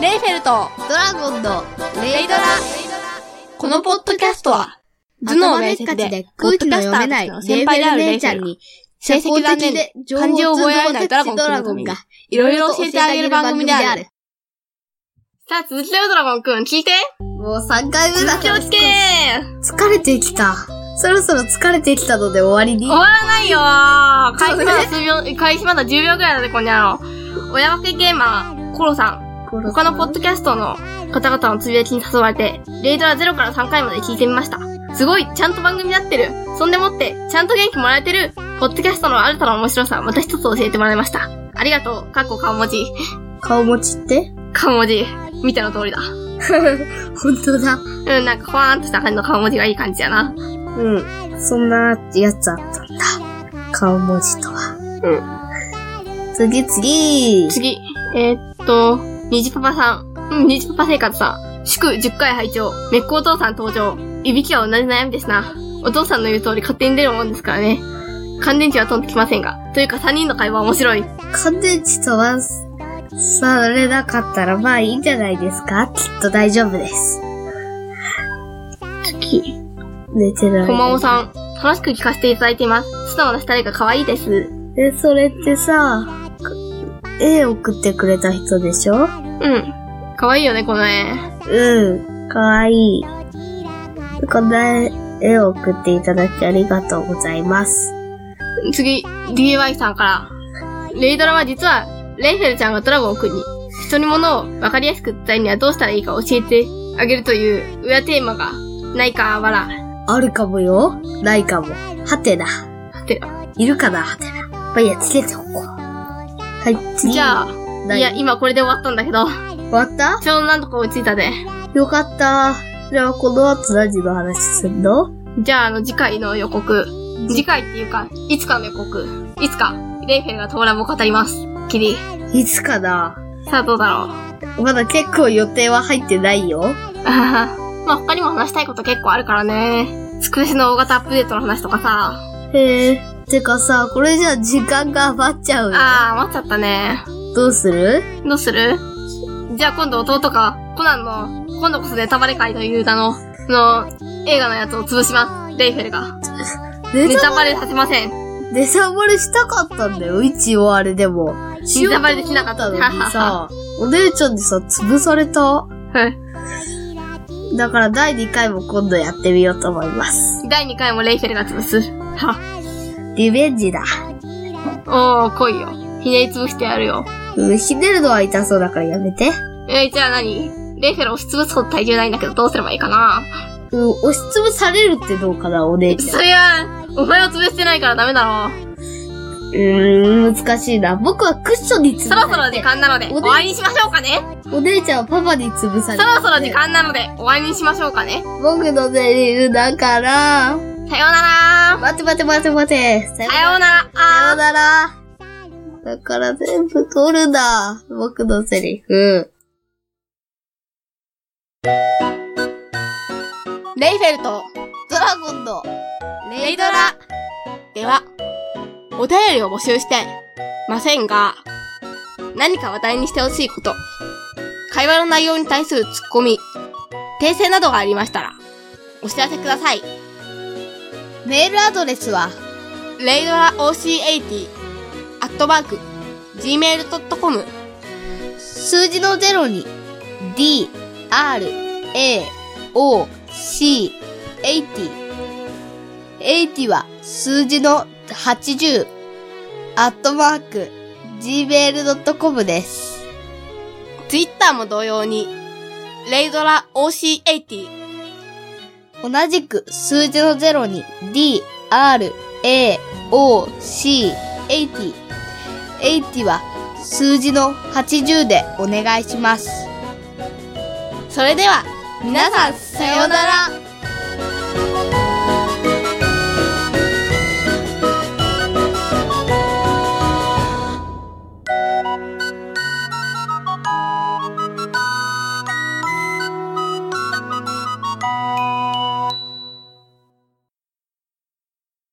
レイフェルとドラゴンのレイドラ。このポッドキャストは頭脳明頭でっ晰かちでで空気の読めないポッドキャスターとしての先輩レーベであるルレ姉イフちゃェんルに、成績残念で漢字を覚えられないドラゴン君のためにいろいろ教えてあげる番組である。。さあ続きだよドラゴンくん聞いてもう3回目だ続きを聞け疲れてきた。そろそろ疲れてきたので終わりに終。わらないよー開そ始うねまだ数秒、開始まだ10秒ぐらいだね、この野郎。親分けゲーマー、コロさん。他のポッドキャストの方々のつぶやきに誘われて、レイドラ0から3回まで聞いてみました。すごい、ちゃんと番組になってる。そんでもって、ちゃんと元気もらえてる。ポッドキャストの新たな面白さ、また一つ教えてもらいました。ありがとう、かっこ顔文字。顔持ちって顔文字。見ての通りだ。本当だ。うん、なんか、ふわーんとした感じの顔文字がいい感じやな。うん。そんなやつあったんだ。顔文字とは。うん。次次次、えーっと、にじパパさん。うん、にじパパ生活さん。祝10回拝聴めっこお父さん登場。いびきは同じ悩みですな。お父さんの言う通り勝手に出るもんですからね。乾電池は飛んできませんが。というか3人の会話面白い。乾電池とは、されなかったらまあいいんじゃないですかきっと大丈夫です。次、寝てない。こまおさん。楽しく聞かせていただいています。素直な二人が可愛いです。え、それってさ、絵送ってくれた人でしょうん。可愛いよね、この絵。うん。かわいい。こんな絵を送っていただきありがとうございます。次、DY さんから。レイドラは実は、レイフェルちゃんがドラゴン君に、人に物を分かりやすく伝えるにはどうしたらいいか教えてあげるという、裏テーマが、ないか、わら。あるかもよないかも。はてな。はてな。いるかなはてな。まあ、いいや、つけておこう。はい、次。じゃあ、ないや、今これで終わったんだけど、終わったちょうど何とか追いついたで。よかった。じゃあ、この後何の話すんのじゃあ、あの、次回の予告。次回っていうか、いつかの予告。いつか、レイフェルがトーラムを語ります。キリ。いつかなさあ、どうだろう。 まだ結構予定は入ってないよ。あははまあ、他にも話したいこと結構あるからね。つくしの大型アップデートの話とかさ。へえ。てかさ、これじゃ時間が余っちゃうよ。ああ、待っちゃったね。どうするどうするじゃあ今度弟が、コナンの、今度こそネタバレ会という名の、の、映画のやつを潰します。レイフェルが。ネネタタバレさせません。ネタバレしたかったんだよ、一応あれでも。ネタバレできなかったしようと思ったのにさ、お姉ちゃんにさ、潰された。はいだから第2回も今度やってみようと思います。第2回もレイフェルが潰す。は。リベンジだ。おー、来いよ。ひねり潰してやるよ。うんひねるのは痛そうだからやめて。えー、じゃあ何レイフェルを押し潰すほど体重ないんだけど、どうすればいいかなうん、押しつぶされるってどうかな、お姉ちゃそん。うりゃ、お前を潰してないからダメだろ。ーん、難しいな。僕はクッションに潰そされてろそろ時間なので、終わりにしましょうかね。お姉ちゃんはパパに潰さそれてろそろ時間なので、終わりにしましょうかね。僕のセリフだかさよら。うなら待て待て待て待て。さよさようならさようなら。だから全部取るな。僕のセリフ。レイフェルとドラゴンのレイドラでは、お便りを募集してませんが、何か話題にしてほしいこと、会話の内容に対するツッコミ、訂正などがありましたら、お知らせください。メールアドレスは、レイドラ OC80、アットマーク、gmail.com、数字の0に、d, r, a, o, c, 80。80は数字の80、アットマーク、gmail.com です。 Twitter も同様に、レイドラ OC80、同じく数字の0に D, R, A, O, C, 80。80は数字の80でお願いします。それでは、皆さん、ささよようなうらなら。